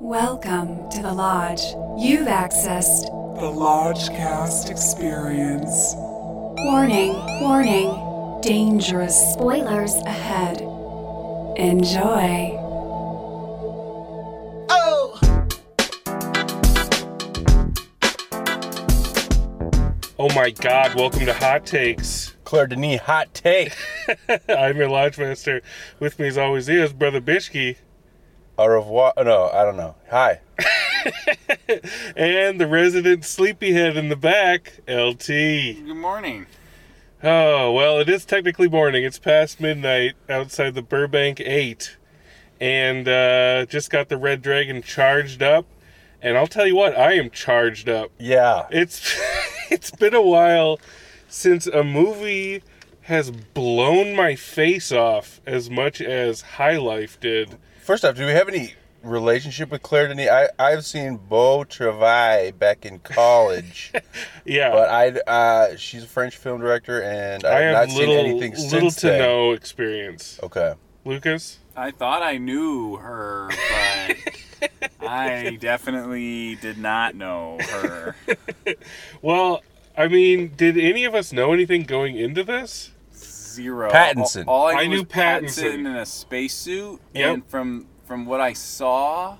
Welcome to the Lodge. You've accessed. The Lodgecast Experience. Warning, warning. Dangerous Spoilers. ahead. Enjoy. Oh my God, welcome to Hot Takes. Claire Denis hot take. I'm your Lodge Master. With me, as always, is Brother Bishki Au revoir. oh, No, I don't know. Hi. and the resident sleepyhead in the back, LT. Good morning. Oh, well, it is technically morning. It's past midnight outside the Burbank 8. And uh, just got the Red Dragon charged up. And I'll tell you what, I am charged up. Yeah. It's it's been a while since a movie has blown my face off as much as High Life did. First off, do we have any relationship with Claire Denis? I, I've seen Beau Travail back in college, Yeah. but I uh, she's a French film director, and I've I have not little, seen anything since little to then. Oh. no experience. Okay. Lucas, I thought I knew her, but I definitely did not know her. well, I mean, did any of us know anything going into this? Zero. Pattinson. All, all I, I knew knew was Pattinson Pattinson. in a spacesuit, Yep. and from from what I saw,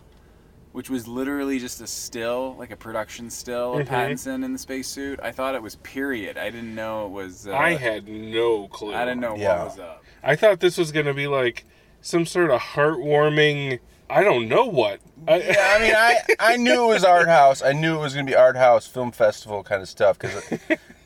which was literally just a still, like a production still of Mhm. Pattinson in the spacesuit, I thought it was period. I didn't know it was. Uh, I had no clue. I didn't know Yeah. what was up. I thought this was gonna be like some sort of heartwarming. I don't know what. I, Yeah, I mean, I, I knew it was art house. I knew it was gonna be art house film festival kind of stuff because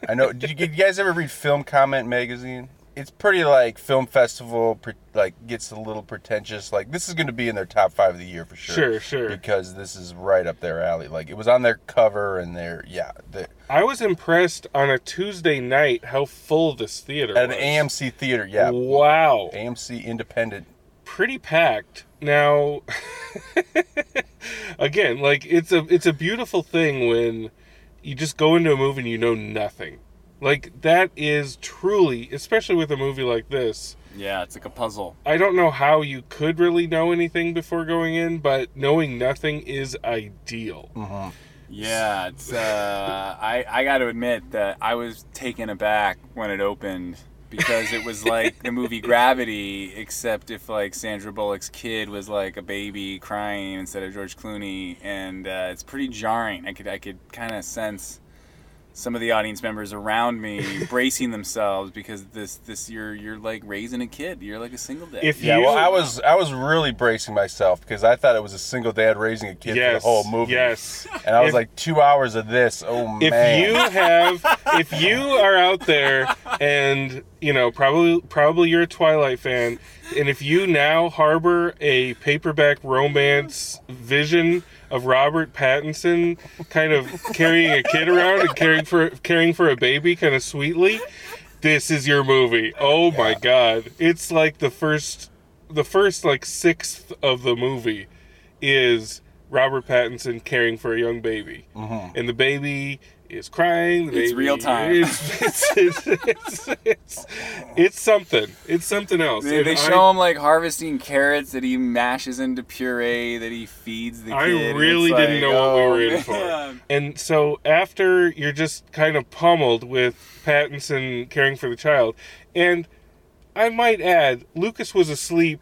I know. Did you, did you guys ever read Film Comment magazine? It's pretty like film festival, pre- like gets a little pretentious. Like this is gonna be in their top five of the year for sure. Sure, sure. Because this is right up their alley. Like it was on their cover and their yeah. The, I was impressed on a Tuesday night how full this theater at was. an AMC theater, yeah. Wow, AMC independent. pretty packed. Now, again, like it's a it's a beautiful thing when you just go into a movie and you know nothing. Like that is truly, especially with a movie like this. Yeah, it's like a puzzle. I don't know how you could really know anything before going in, but knowing nothing is ideal. mm-hmm. Yeah, it's. Uh, I I got to admit that I was taken aback when it opened because it was like the movie Gravity, except if like Sandra Bullock's kid was like a baby crying instead of George Clooney, and uh, it's pretty jarring. I could I could kind of sense some of the audience members around me bracing themselves because this this you're you're like raising a kid. You're like a single dad. If Yeah, you, well, I was I was really bracing myself because I thought it was a single dad raising a kid for the yes, whole movie. Yes. And I was If- like, two hours of this. Oh if man. you have if you are out there and you know probably probably you're a twilight fan and if you now harbor a paperback romance vision of robert pattinson kind of carrying a kid around and caring for caring for a baby kind of sweetly this is your movie oh my god it's like the first the first like sixth of the movie is Robert Pattinson caring for a young baby, and the baby is crying. The Mm-hmm. It's baby real time. is- It's, it's, it's, it's- it's something. It's something else. They, And they I- show him like harvesting carrots that he mashes into puree that he feeds the I kid. and really it's like, didn't know what we oh, were in for. man. And so after you're just kind of pummeled with Pattinson caring for the child, and I might add, Lucas was asleep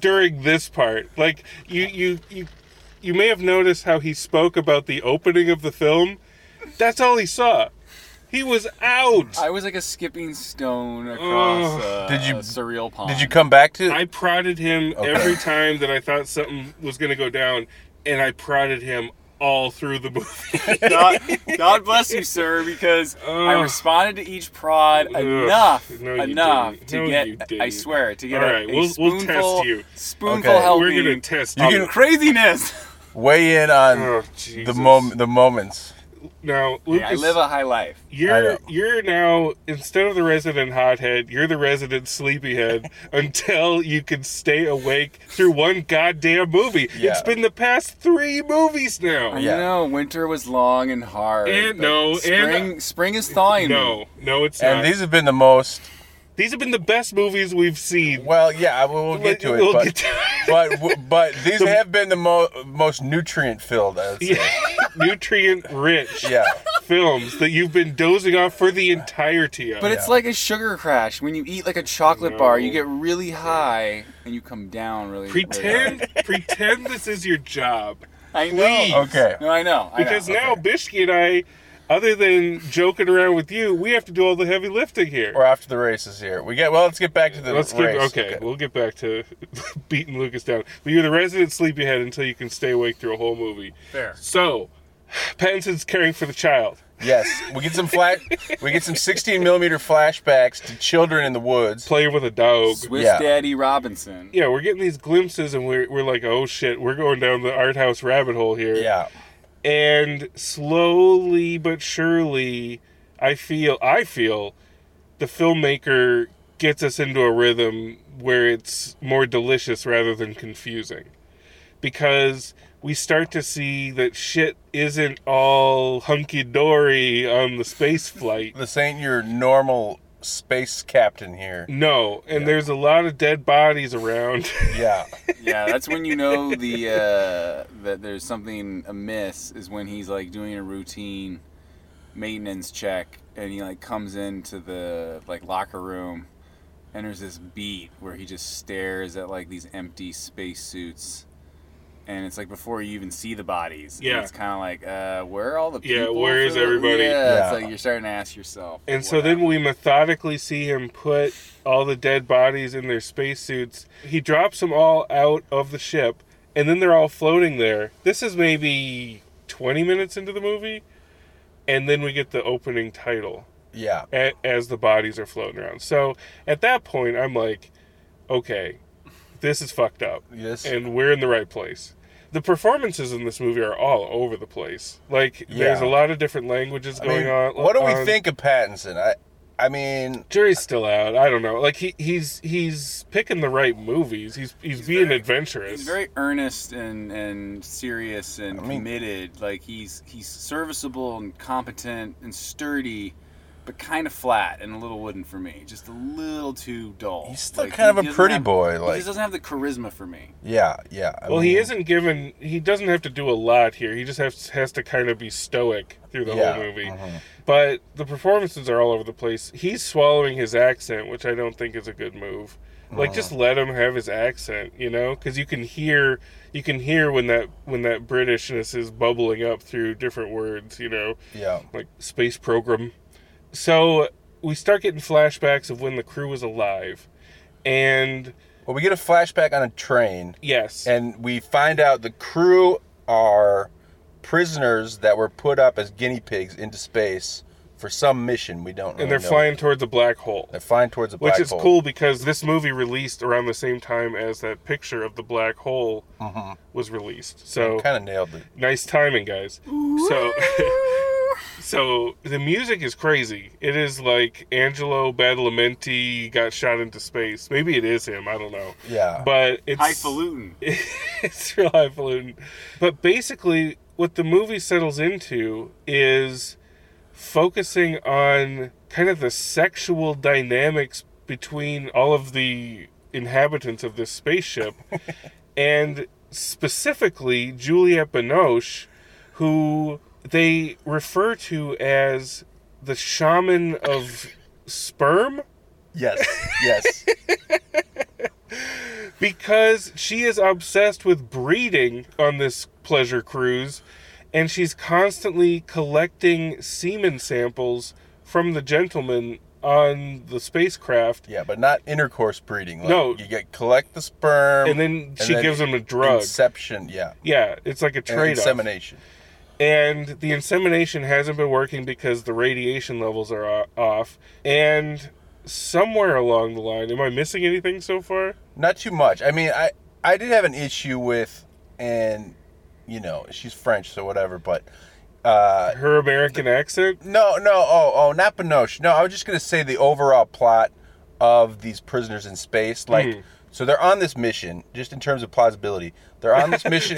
during this part. Like you, you, you, you may have noticed how he spoke about the opening of the film. That's all he saw. He was out. I was like a skipping stone across a, Did you- a surreal pond. Did you come back to? I prodded him every time that I thought something was going to go down, and I prodded him all through the movie. God, God bless you, sir, because I Ugh. responded to each prod Ugh. enough, No, you enough didn't. to No, you get. didn't. I swear to get All a, right, a we'll- we'll test spoonful, you. spoonful Okay. helping We're going to test You of you. can- craziness. weigh in on Oh, the Jesus. mom the moments. Now, Hey, Lucas, I live a high life. I you're know. you're now instead of the resident hothead, you're the resident sleepyhead until you can stay awake through one goddamn movie. Yeah. It's been the past three movies now. I Yeah. know winter was long and hard. And but no, and- spring spring is thawing. me. No, no, it's And not. these have been the most. these have been the best movies we've seen. Well, yeah, we'll, we'll get to it. We'll but get to it. but w- but these have been the mo- most nutrient filled. Yeah. nutrient rich yeah. films that you've been dozing off for the entirety of. But it's like a sugar crash. When you eat like a chocolate bar, you get really high and you come down really. really pretend, pretend this is your job. high. I know. Okay. No, I know. I know. Because now Bishki and I, other than joking around with you, we have to do all the heavy lifting here. We're off to the races here. We get well. Let's get back to the Let's get race. okay, We'll get back to beating Lucas down. But you're the resident sleepyhead until you can stay awake through a whole movie. Fair. So, Pattinson's caring for the child. Yes. We get some flat. we get some 16 millimeter flashbacks to children in the woods. Playing with a dog. Swiss Yeah. Daddy Robinson. Yeah, we're getting these glimpses, and we're, we're like, oh shit, we're going down the art house rabbit hole here. Yeah. and slowly but surely i feel i feel the filmmaker gets us into a rhythm where it's more delicious rather than confusing because we start to see that shit isn't all hunky-dory on the space flight This ain't your normal space captain here. no and there's a lot of dead bodies around Yeah. yeah, that's when you know the uh, that there's something amiss is when he's like doing a routine maintenance check and he like comes into the like locker room and there's this beat where he just stares at like these empty spacesuits and it's like before you even see the bodies. And Yeah. it's kind of like uh, where are all the Yeah, people? where is for the- everybody? Yeah, Yeah. it's like you're starting to ask yourself. And what so then happened? we methodically see him put all the dead bodies in their spacesuits. He drops them all out of the ship, and then they're all floating there. This is maybe 20 minutes into the movie, and then we get the opening title Yeah. a- as the bodies are floating around. So at that point, I'm like, okay, this is fucked up, Yes. and we're in the right place. The performances in this movie are all over the place. Like, there's Yeah. a lot of different languages I going mean, on. what do we on- think of Pattinson? I I mean, jury's still out. I don't know. Like he, he's he's picking the right movies. He's he's, being very- adventurous. He's very earnest and, and serious and I mean- committed. Like he's he's serviceable and competent and sturdy, but kind of flat and a little wooden for me. Just a little too dull. He's still Like, kind of a doesn't pretty have- boy, he like- just doesn't have the charisma for me. yeah, yeah. I well, he mean, isn't given. He doesn't have to do a lot here. He just has has to kind of be stoic through the Yeah, whole movie. mhm. But the performances are all over the place. He's swallowing his accent, which I don't think is a good move. Like just Uh-huh. let him have his accent, you know, because you can hear you can hear when that when that Britishness is bubbling up through different words, you know. Yeah. like space program. So we start getting flashbacks of when the crew was alive, and Well, we get a flashback on a train, yes, and we find out the crew are prisoners that were put up as guinea pigs into space for some mission we don't. and really they're know. flying towards a black hole, They're flying towards a black which is hole. cool because this movie released around the same time as that picture of the black hole Mm-hmm. was released. So Kind of nailed it. nice timing, guys. So. So the music is crazy. It is like Angelo Badalamenti got shot into space. Maybe it is him. I don't know. Yeah. But it's Highfalutin. it's real highfalutin. But basically, what the movie settles into is focusing on kind of the sexual dynamics between all of the inhabitants of this spaceship and specifically Juliette Binoche, who they refer to as the shaman of sperm. yes. Yes. because she is obsessed with breeding on this pleasure cruise and she's constantly collecting semen samples from the gentlemen on the spacecraft Yeah, but not intercourse breeding. Like, No. You get collect the sperm, and then she then gives them a drug Inception. Yeah. yeah it's like a And trade-off insemination. and the insemination hasn't been working because the radiation levels are o- off and somewhere along the line am i missing anything so far Not too much. I mean, I I did have an issue with, and you know, she's French, so whatever. But uh, her american accent no, no, oh, oh, not Binoche. No, I was just gonna say the overall plot of these prisoners in space, like. So they're on this mission, just in terms of plausibility. They're on this mission.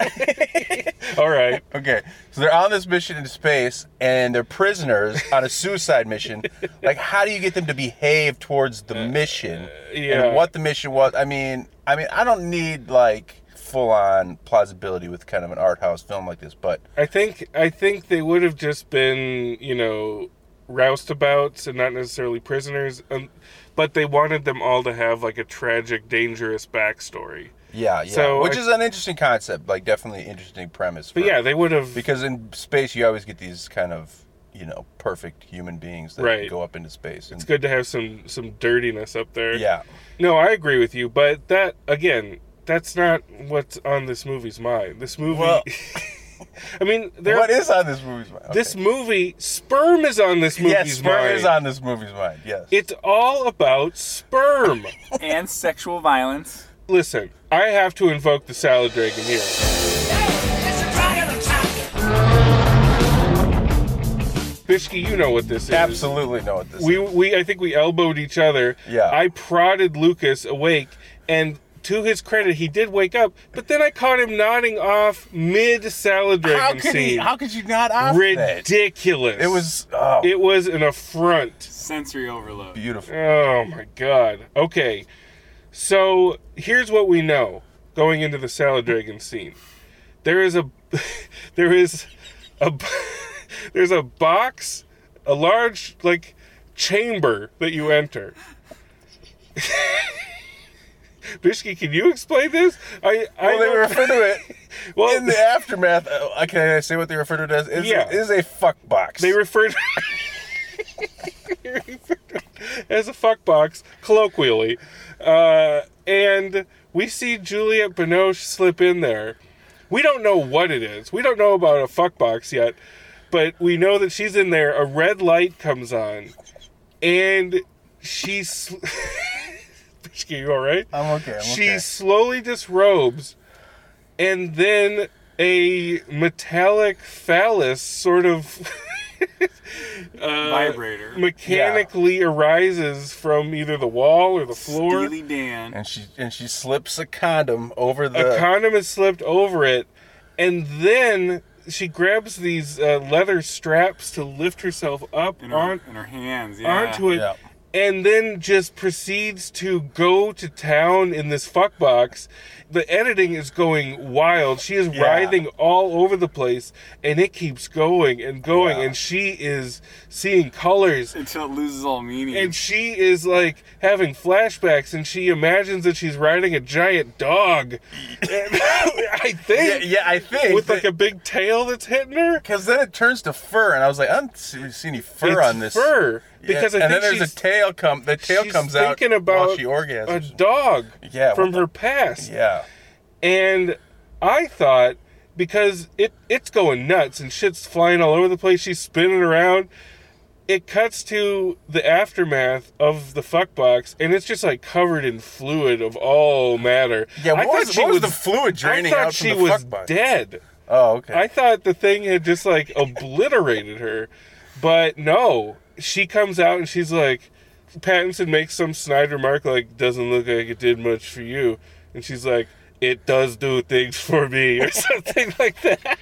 All right. Okay, so they're on this mission into space, and they're prisoners on a suicide mission. Like, how do you get them to behave towards the mission Uh, yeah. and what the mission was? I mean, I mean, I don't need like full-on plausibility with kind of an art house film like this, but I think I think they would have just been, you know, roustabouts and not necessarily prisoners. Um, but they wanted them all to have like a tragic, dangerous backstory. yeah, yeah, So which I- is an interesting concept, like definitely interesting premise. But for- yeah, they would have. because in space you always get these kind of you know perfect human beings that Right. go up into space. And, It's good to have some some dirtiness up there. Yeah, No, I agree with you, but that again, that's not what's on this movie's mind. This movie. Well- I mean, there. what is on this movie's mind? Okay. this movie, sperm is on this movie's Yes, sperm mind. is on this movie's mind. Yes. It's all about sperm. and sexual violence. Listen, I have to invoke the salad dragon here. Bishki, you know what this is. Absolutely know what this We, is. we, I think we elbowed each other. Yeah. I prodded Lucas awake, and to his credit, he did wake up. But then I caught him nodding off mid salad dragon How could scene. he? How could you not ask that? Ridiculous. It was oh, It was an affront. Sensory overload. beautiful. Oh my god. Okay. So here's what we know going into the salad dragon scene. There is a there is a there's a box, a large like chamber that you enter. Bishki, can you explain this? I I Well, they refer to it well, in the aftermath. Uh, can I say what they refer to it as? It's, Yeah. it is a fuck box. They refer to they refer to it as a fuck box, colloquially. Uh, and we see Juliette Binoche slip in there. We don't know what it is. We don't know about a fuck box yet, but we know that she's in there. A red light comes on, and she's. Sl- Bishki, you all right? I'm okay. Oh, I'm she okay. slowly disrobes and then a metallic phallus sort of Uh, Vibrator. mechanically arises from either the wall or the floor Steely Dan. and she and she slips a condom over the. a condom is slipped over it and then she grabs these uh, leather straps to lift herself up In on, her, in her hands. Yeah. onto it Yeah. and then just proceeds to go to town in this fuck box. The editing is going wild. She is writhing all over the place and it keeps going and going Yeah. and she is seeing colors Until it loses all meaning. and she is like having flashbacks and she imagines that she's riding a giant dog. And I yeah, think yeah, I think with like a big tail that's hitting her. because then it turns to fur, and I was like, I don't see, see any fur It's on this. fur Yeah, because I and think then she's there's a tail come. The tail she's comes out thinking about while she a orgasms. dog Yeah, what from the- her past. yeah, And I thought because it it's going nuts and shit's flying all over the place, she's spinning around. It cuts to the aftermath of the fuck box, and it's just like covered in fluid of all matter. yeah. I What, thought was, she what was the fluid I draining thought out she from the was fuck box? dead. Oh, okay. I thought the thing had just like obliterated her, but no. She comes out and she's like, Pattinson makes some snide remark like, "Doesn't look like it did much for you," and she's like, "It does do things for me," or something like that.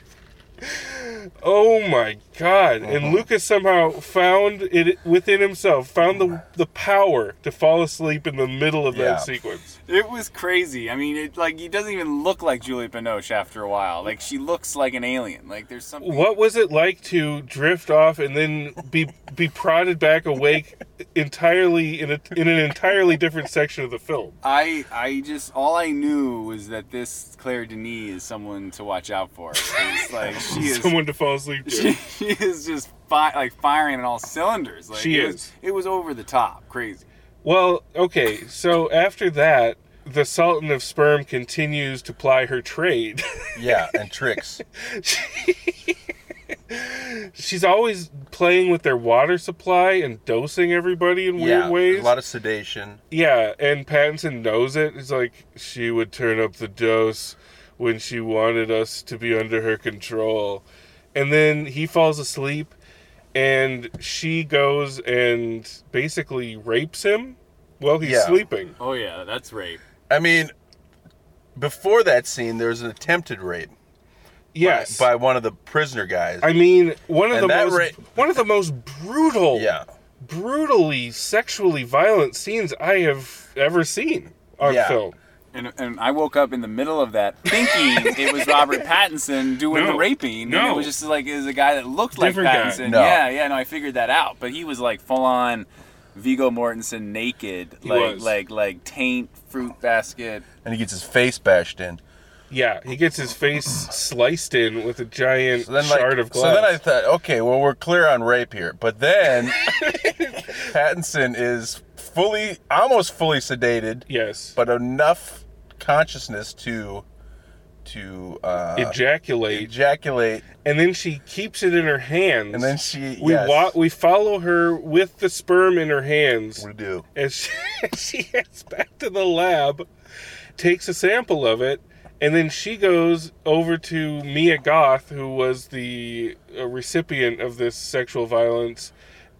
Oh my god! Uh-huh. And Lucas somehow found it within himself, found the the power to fall asleep in the middle of Yeah. that sequence. It was crazy. I mean, it like he doesn't even look like Julie Binoche after a while. Like she looks like an alien. Like there's something. What was it like to drift off and then be be prodded back awake entirely in a, in an entirely different section of the film? I I just all I knew was that this Claire Denis is someone to watch out for. It's like she is Someone to fall asleep she, to. she is just fi- like firing on all cylinders. Like She it is. Was, it was over the top, crazy. Well, okay, so after that, the Sultan of Sperm continues to ply her trade. yeah, and tricks. She's always playing with their water supply and dosing everybody in weird yeah, ways. a lot of sedation. Yeah, and Pattinson knows it. He's like, she would turn up the dose when she wanted us to be under her control. And then he falls asleep, and she goes and basically rapes him while he's Yeah. sleeping. Oh yeah, that's rape. I mean, before that scene, there was an attempted rape Yes. by one of the prisoner guys. I mean, one of And the that most ra- one of the most brutal, yeah. brutally sexually violent scenes I have ever seen on Yeah. film. And, and I woke up in the middle of that thinking it was Robert Pattinson doing No. the raping. And No. it was just like it was a guy that looked like Different guy. Pattinson. No. Yeah, yeah, no, I figured that out. But he was like full on Vigo Mortensen naked. He like was. like like taint fruit basket. And he gets his face bashed in. Yeah, he gets his face sliced in with a giant So then, like, shard of so glass. then I thought, okay, well, we're clear on rape here. But then Pattinson is fully, almost fully sedated, yes, but enough consciousness to to uh, ejaculate, ejaculate, and then she keeps it in her hands. and then she we yes, wa- we follow her with the sperm in her hands we do. and she, she heads back to the lab, takes a sample of it, and then she goes over to Mia Goth, who was the uh, recipient of this sexual violence,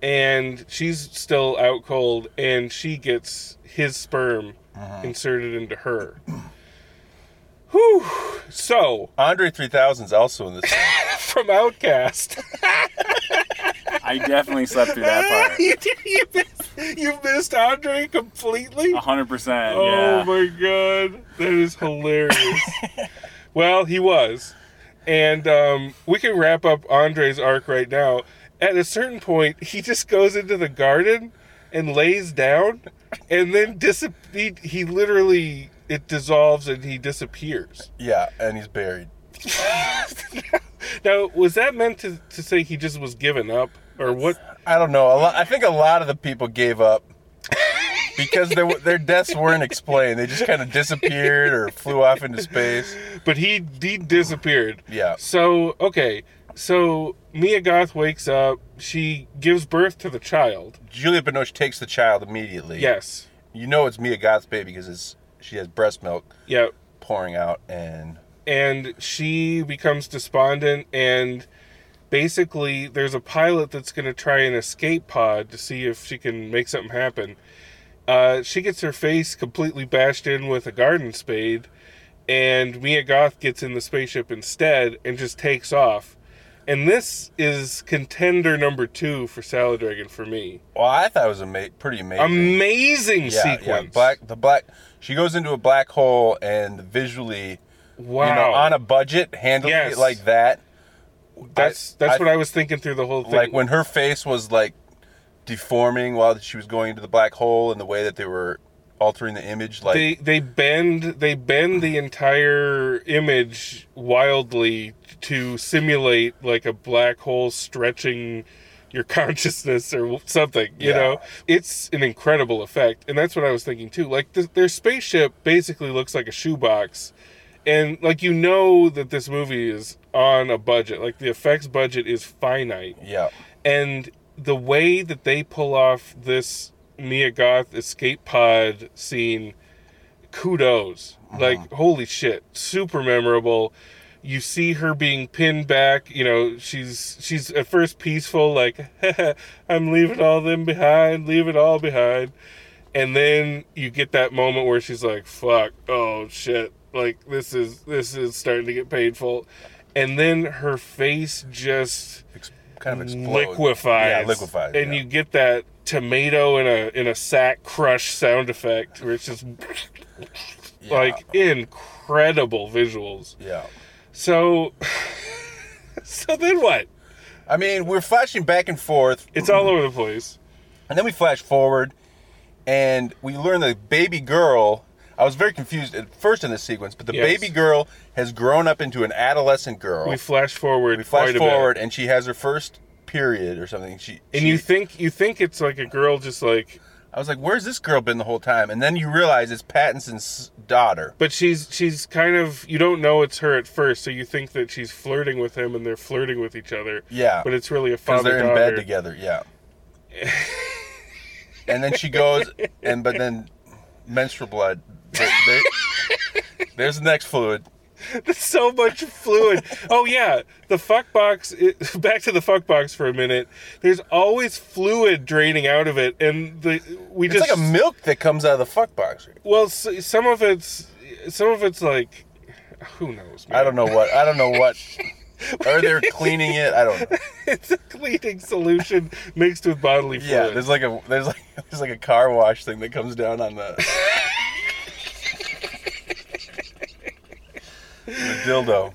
and she's still out cold, and she gets his sperm Mm-hmm. inserted into her. Whew. So, Andre 3000 is also in this. film. from Outcast, I definitely slept through that part. you, you, missed, you missed Andre completely? hundred percent. Oh Yeah. my god, that is hilarious. well, he was, and um, we can wrap up Andre's arc right now. At a certain point, he just goes into the garden and lays down, and then dis- he, he literally it dissolves and he disappears. yeah, and he's buried. Now, was that meant to, to say he just was given up, or what? I don't know. A lot, I think a lot of the people gave up because their their deaths weren't explained. They just kind of disappeared or flew off into space. But he he disappeared. Yeah. So okay, so Mia Goth wakes up. She gives birth to the child. Julia Binoche takes the child immediately. Yes. You know it's Mia Goth's baby because it's she has breast milk Yeah. pouring out and And she becomes despondent and basically there's a pilot that's going to try an escape pod to see if she can make something happen. Uh, she gets her face completely bashed in with a garden spade and Mia Goth gets in the spaceship instead and just takes off. And this is contender number 2 for Salad Dragon for me. well, I thought it was ama- pretty amazing. Amazing sequence. black the black she goes into a black hole and visually wow. you know on a budget handling Yes. it like that that's that's I- what I was thinking through the whole thing. like when her face was like deforming while she was going into the black hole and the way that they were altering the image like they they bend they bend the entire image wildly to simulate like a black hole stretching your consciousness or something you Yeah. know it's an incredible effect and that's what i was thinking too like th- their spaceship basically looks like a shoebox and like you know that this movie is on a budget like the effects budget is finite yeah and the way that they pull off this Mia Goth escape pod scene, kudos. Like, holy shit, super memorable. You see her being pinned back, you know, she's she's at first peaceful, like, I'm leaving all them behind, leave it all behind. And then you get that moment where she's like, fuck, oh shit. Like this is this is starting to get painful. And then her face just ex- kind of explodes liquefies. yeah liquefies And yeah. you get that tomato in a in a sack crush sound effect where it's just Yeah. like incredible visuals. yeah So so then what? I mean we're flashing back and forth It's all over the place. And then we flash forward, and we learn the baby girl. I was very confused at first in this sequence, but the Yes. baby girl has grown up into an adolescent girl. We flash forward flash quite a forward, bit. and she has her first period or something. She And she- you think you think it's like a girl just like I was like, "Where's this girl been the whole time?" And then you realize it's Pattinson's daughter. but she's she's kind of you don't know it's her at first, so you think that she's flirting with him and they're flirting with each other. Yeah, But it's really a because father they're in daughter. bed together. Yeah. and then she goes, and but then menstrual blood. There- there- there's the next fluid. That's so much fluid. Oh yeah, the fuck box. It, back to the fuck box for a minute. There's always fluid draining out of it, and the we It's just like a milk that comes out of the fuck boxer. well, s- some of it's some of it's like who knows. Man. I don't know what. I don't know what. Or they're cleaning it. I don't know. it's a cleaning solution mixed with bodily fluid. Yeah, there's like a there's like there's like a car wash thing that comes down on the, the dildo.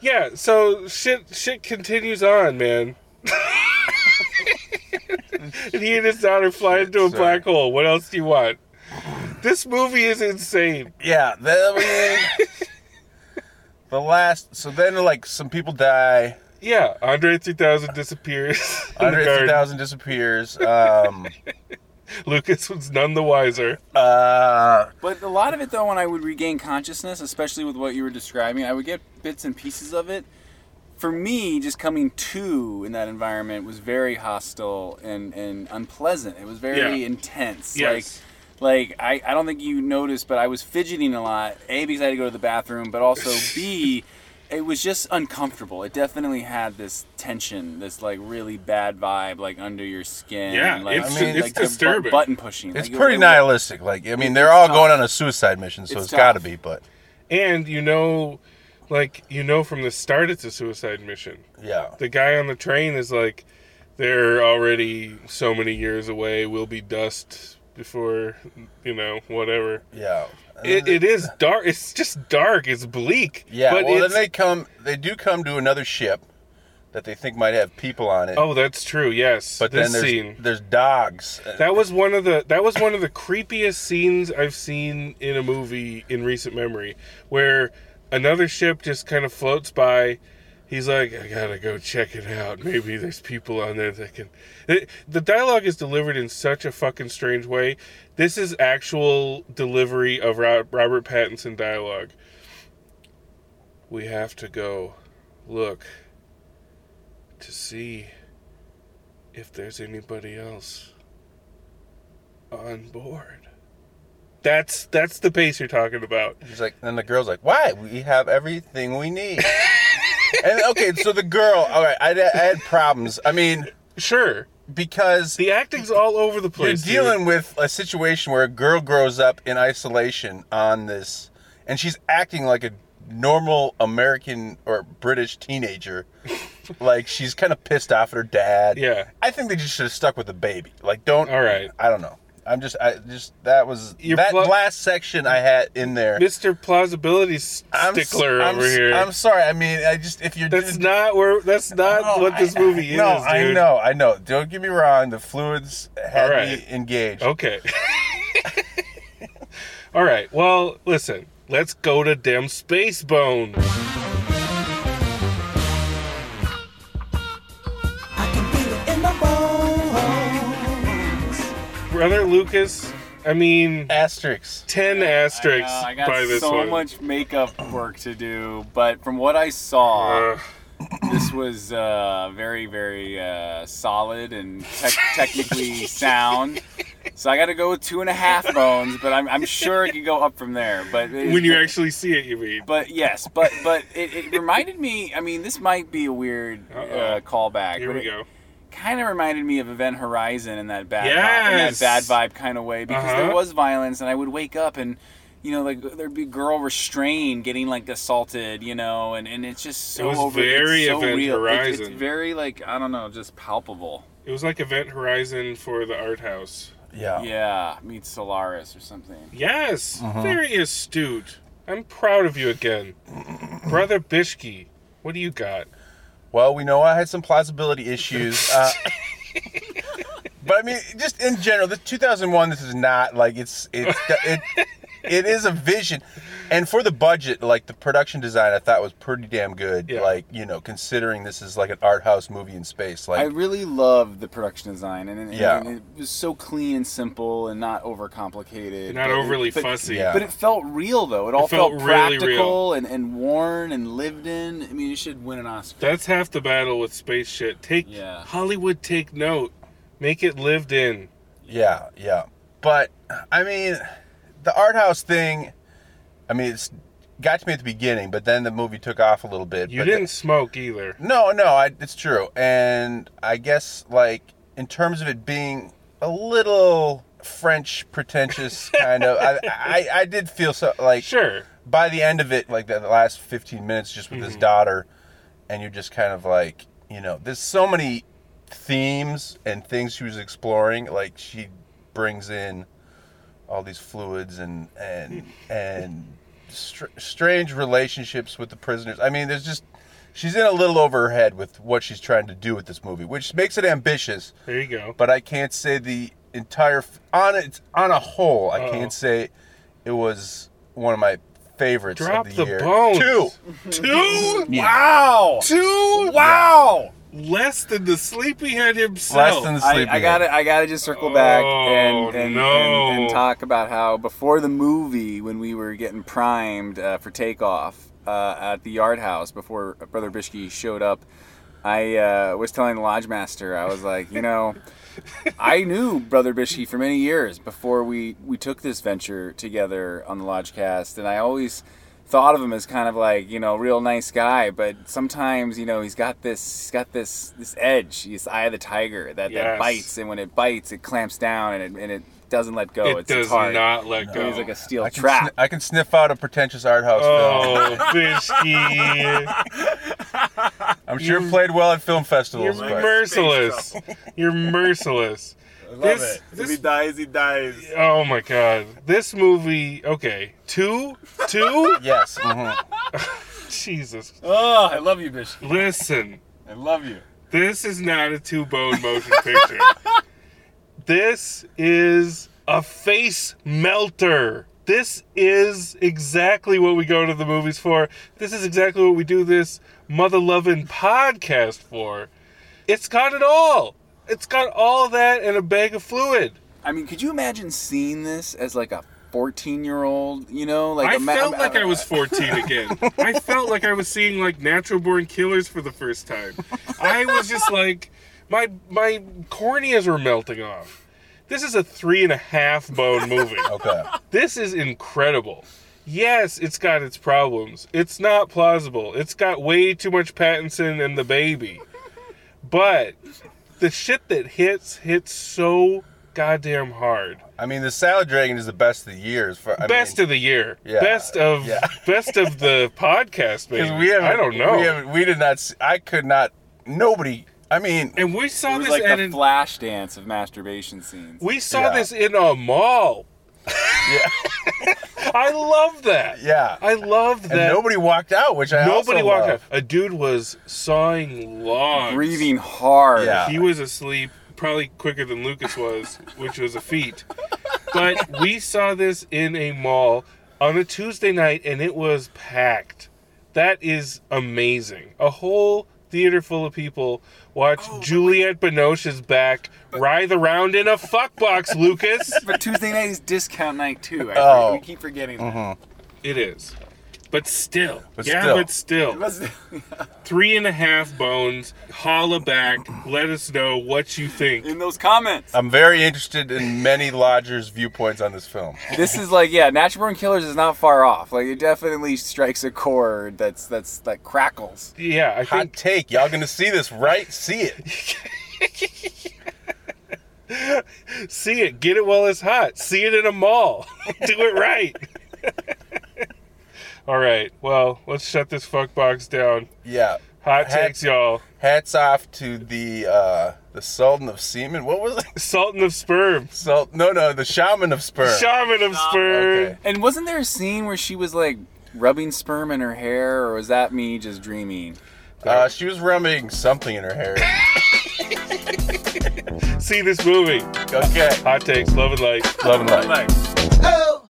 Yeah, so shit shit continues on, man. and he and his daughter fly into a Sorry. black hole. What else do you want? This movie is insane. Yeah, that I mean, the last. So then like some people die. Yeah, Andre 3000 disappears. in the Andre garden. 3000 disappears. Um, Lucas was none the wiser. uh, But a lot of it, though, when I would regain consciousness, especially with what you were describing, I would get bits and pieces of it. For me, just coming to in that environment was very hostile and, and unpleasant. It was very Yeah. intense. Yes. Like, like I, I don't think you noticed, but I was fidgeting a lot. A, because I had to go to the bathroom, but also B, it was just uncomfortable. It definitely had this tension, this like really bad vibe, like under your skin. Yeah, like, it's- I mean, it's the bu- disturbing. Button pushing. it's Like, it- pretty it- nihilistic. Like I mean, It- they're it's all tough. going on a suicide mission, so It's it's got to tough. be. But And you know like you know from the start it's a suicide mission. yeah, The guy on the train is like they're already so many years away. We'll be dust before, you know, whatever. yeah. it, it is dark. It's just dark. It's bleak. Yeah, But well, then it's- they come. They do come to another ship that they think might have people on it. oh, that's true. Yes, but this then there's scene. there's dogs. That was one of the that was one of the creepiest scenes I've seen in a movie in recent memory, where another ship just kind of floats by. He's like, I gotta go check it out. Maybe there's people on there that can. It, the dialogue is delivered in such a fucking strange way. This is actual delivery of Ro- Robert Pattinson dialogue. We have to go look to see if there's anybody else on board. That's that's the pace you're talking about. He's like, then the girl's like, "Why? We have everything we need." and okay, so the girl. All right, I, I had problems. I mean, Sure, because the acting's all over the you're place. dude. dealing with a situation where a girl grows up in isolation on this, and she's acting like a normal American or British teenager. like she's kind of pissed off at her dad. Yeah. I think they just should have stuck with the baby. Like, don't. All right. I don't know. I'm just. I just that was You're that pl- last section I had in there. Mr. Plausibility I'm s- stickler I'm over s- here. I'm sorry. I mean, I just if you're that's just- not where. That's not No, what this I- movie is. No, I dude. know, I know. Don't get me wrong. The fluids had All right. me engaged. Okay. All right. Well, listen. Let's go to Dem Space Bone. I can feel it in my bones. Brother Lucas, I mean, Asterisks. 10 I, asterisks know, I got by this so one. much makeup work to do, but from what I saw, Uh, this was uh, very, very uh, solid and tec- technically sound. So I got to go with two and a half bones, but I'm, I'm sure it could go up from there. But it- when you actually see it, you mean. but yes, but but it, it reminded me. I mean, this might be a weird Uh-oh. uh, callback. Here but we it- go. kind of reminded me of Event Horizon in that bad Yes. vibe, in that bad vibe kind of way because Uh-huh. there was violence and I would wake up and you know like there'd be a girl restrained getting like assaulted you know and, and it's just so It was over very it's so Event real. It's- It's, Horizon. very like I don't know just palpable It was like Event Horizon for the art house. Yeah. yeah meets Solaris or something Yes, Uh-huh. very astute. I'm proud of you again, brother Bishki. What do you got? Well, we know I had some plausibility issues. Uh, but I mean, just in general, the 2001. This is not like it's it's it. It is a vision, and for the budget, like the production design, I thought was pretty damn good. Yeah. Like you know, considering this is like an art house movie in space, I like really love the production design and, and- Yeah. and it was so clean and simple and not overcomplicated Not but- overly but- fussy. Yeah. But it felt real though. It all felt felt, really practical and, and worn and lived in. I mean, it should win an Oscar. That's half the battle with space shit. Take Yeah. Hollywood, take note, make it lived in. Yeah, yeah. But I mean, the art house thing I mean, it's got to me at the beginning, but then the movie took off a little bit. You but didn't smoke either. No, no, I, it's true. And I guess, like, in terms of it being a little French pretentious kind of, I, I, I did feel so, like, Sure. by the end of it, like, the, the last 15 minutes just with his daughter, and you're just kind of like, you know, there's so many themes and things she was exploring. Like, she brings in all these fluids and, and, and, str- strange relationships with the prisoners. I mean, there's just she's in a little over her head with what she's trying to do with this movie, which makes it ambitious. There you go. But I can't say the entire f- on it on a whole. I Uh-oh. can't say it was one of my favorites Drop of the, the, year. bones. Two, Two? Wow. Two? Wow. Less than the sleepyhead less himself. than the I, sleeping. I gotta, I gotta just circle back Oh, and, and, no. and and talk about how before the movie, when we were getting primed uh, for takeoff uh, at the Yard House, before Brother Bishke showed up, I uh, was telling the lodge master, I was like, you know, I knew Brother Bishke for many years before we we took this venture together on the Lodgecast, and I always thought of him as kind of like you know real nice guy but sometimes you know he's got this he's got this this edge his eye of the tiger that, that Yes. bites and when it bites it clamps down and it, and it doesn't let go it it's, does it's hard not let go. it is like a steel I can, trap sni- I can sniff out a pretentious art house film. Oh, Bishki. I'm sure it played well at film You're festivals. but- merciless. You're merciless. Love This- it. this- if he dies, he dies. Oh my god. This movie, okay. Two? Two? yes. mhm. Jesus. Oh, I love you, Bishop. Listen, I love you. this is not a two bone motion picture. this is a face melter. This is exactly what we go to the movies for. This is exactly what we do this mother loving podcast for. It's got it all. It's got all that and a bag of fluid. i mean could you imagine seeing this as like a 14 year old you know like I a ma- felt a- like I was 14 again. I felt like I was seeing like natural born killers for the first time. I was just like, my my corneas were melting off. This is a three and a half bone movie. Okay. This is incredible. Yes, it's got its problems. It's not plausible. It's got way too much Pattinson and the baby. But the shit that hits hits so goddamn hard. I mean, the salad dragon is the best of the year. as far- I best mean, of the year. Yeah, best of yeah. best of the podcast, Because man. we haven't. I don't know. We, haven't, we did not. See, I could not. Nobody. I mean, and we it saw was this like at the an, flash dance of masturbation scenes we saw Yeah. this in a mall. yeah, I love that. yeah. I love and that. nobody walked out, which I nobody also walked love. out. A dude was sawing logs, breathing hard Yeah. He was asleep, probably quicker than Lucas was, which was a feat. But we saw this in a mall on a Tuesday night and it was packed. That is amazing. A whole theater full of people watch Juliette Binoche's back writhe around in a fuck box, Lucas. But Tuesday night is discount night too. I, Oh. We keep forgetting that. It is. But still. But yeah, still. but still. Let's- Three and a half bones. Holla back. Let us know what you think. In those comments. I'm very interested in many lodgers' viewpoints on this film. This is like, yeah, Natural Born Killers is not far off. Like it definitely strikes a chord that's that's that crackles. Yeah, I Hot think take, y'all gonna see this, right? See it. See it. Get it while it's hot. See it in a mall. Do it right. All right. Well, let's shut this fuck box down. Yeah. Hot Hat- takes, y'all. Hats off to the uh the Sultan of Semen. What was it? Sultan of sperm. Salt? No, no, the Shaman of Sperm. Shaman of sperm. Okay. And wasn't there a scene where she was like rubbing sperm in her hair, or was that me just dreaming? Uh, she was rubbing something in her hair. See this movie. Okay. Hot takes. Love and light. Love and light. Like.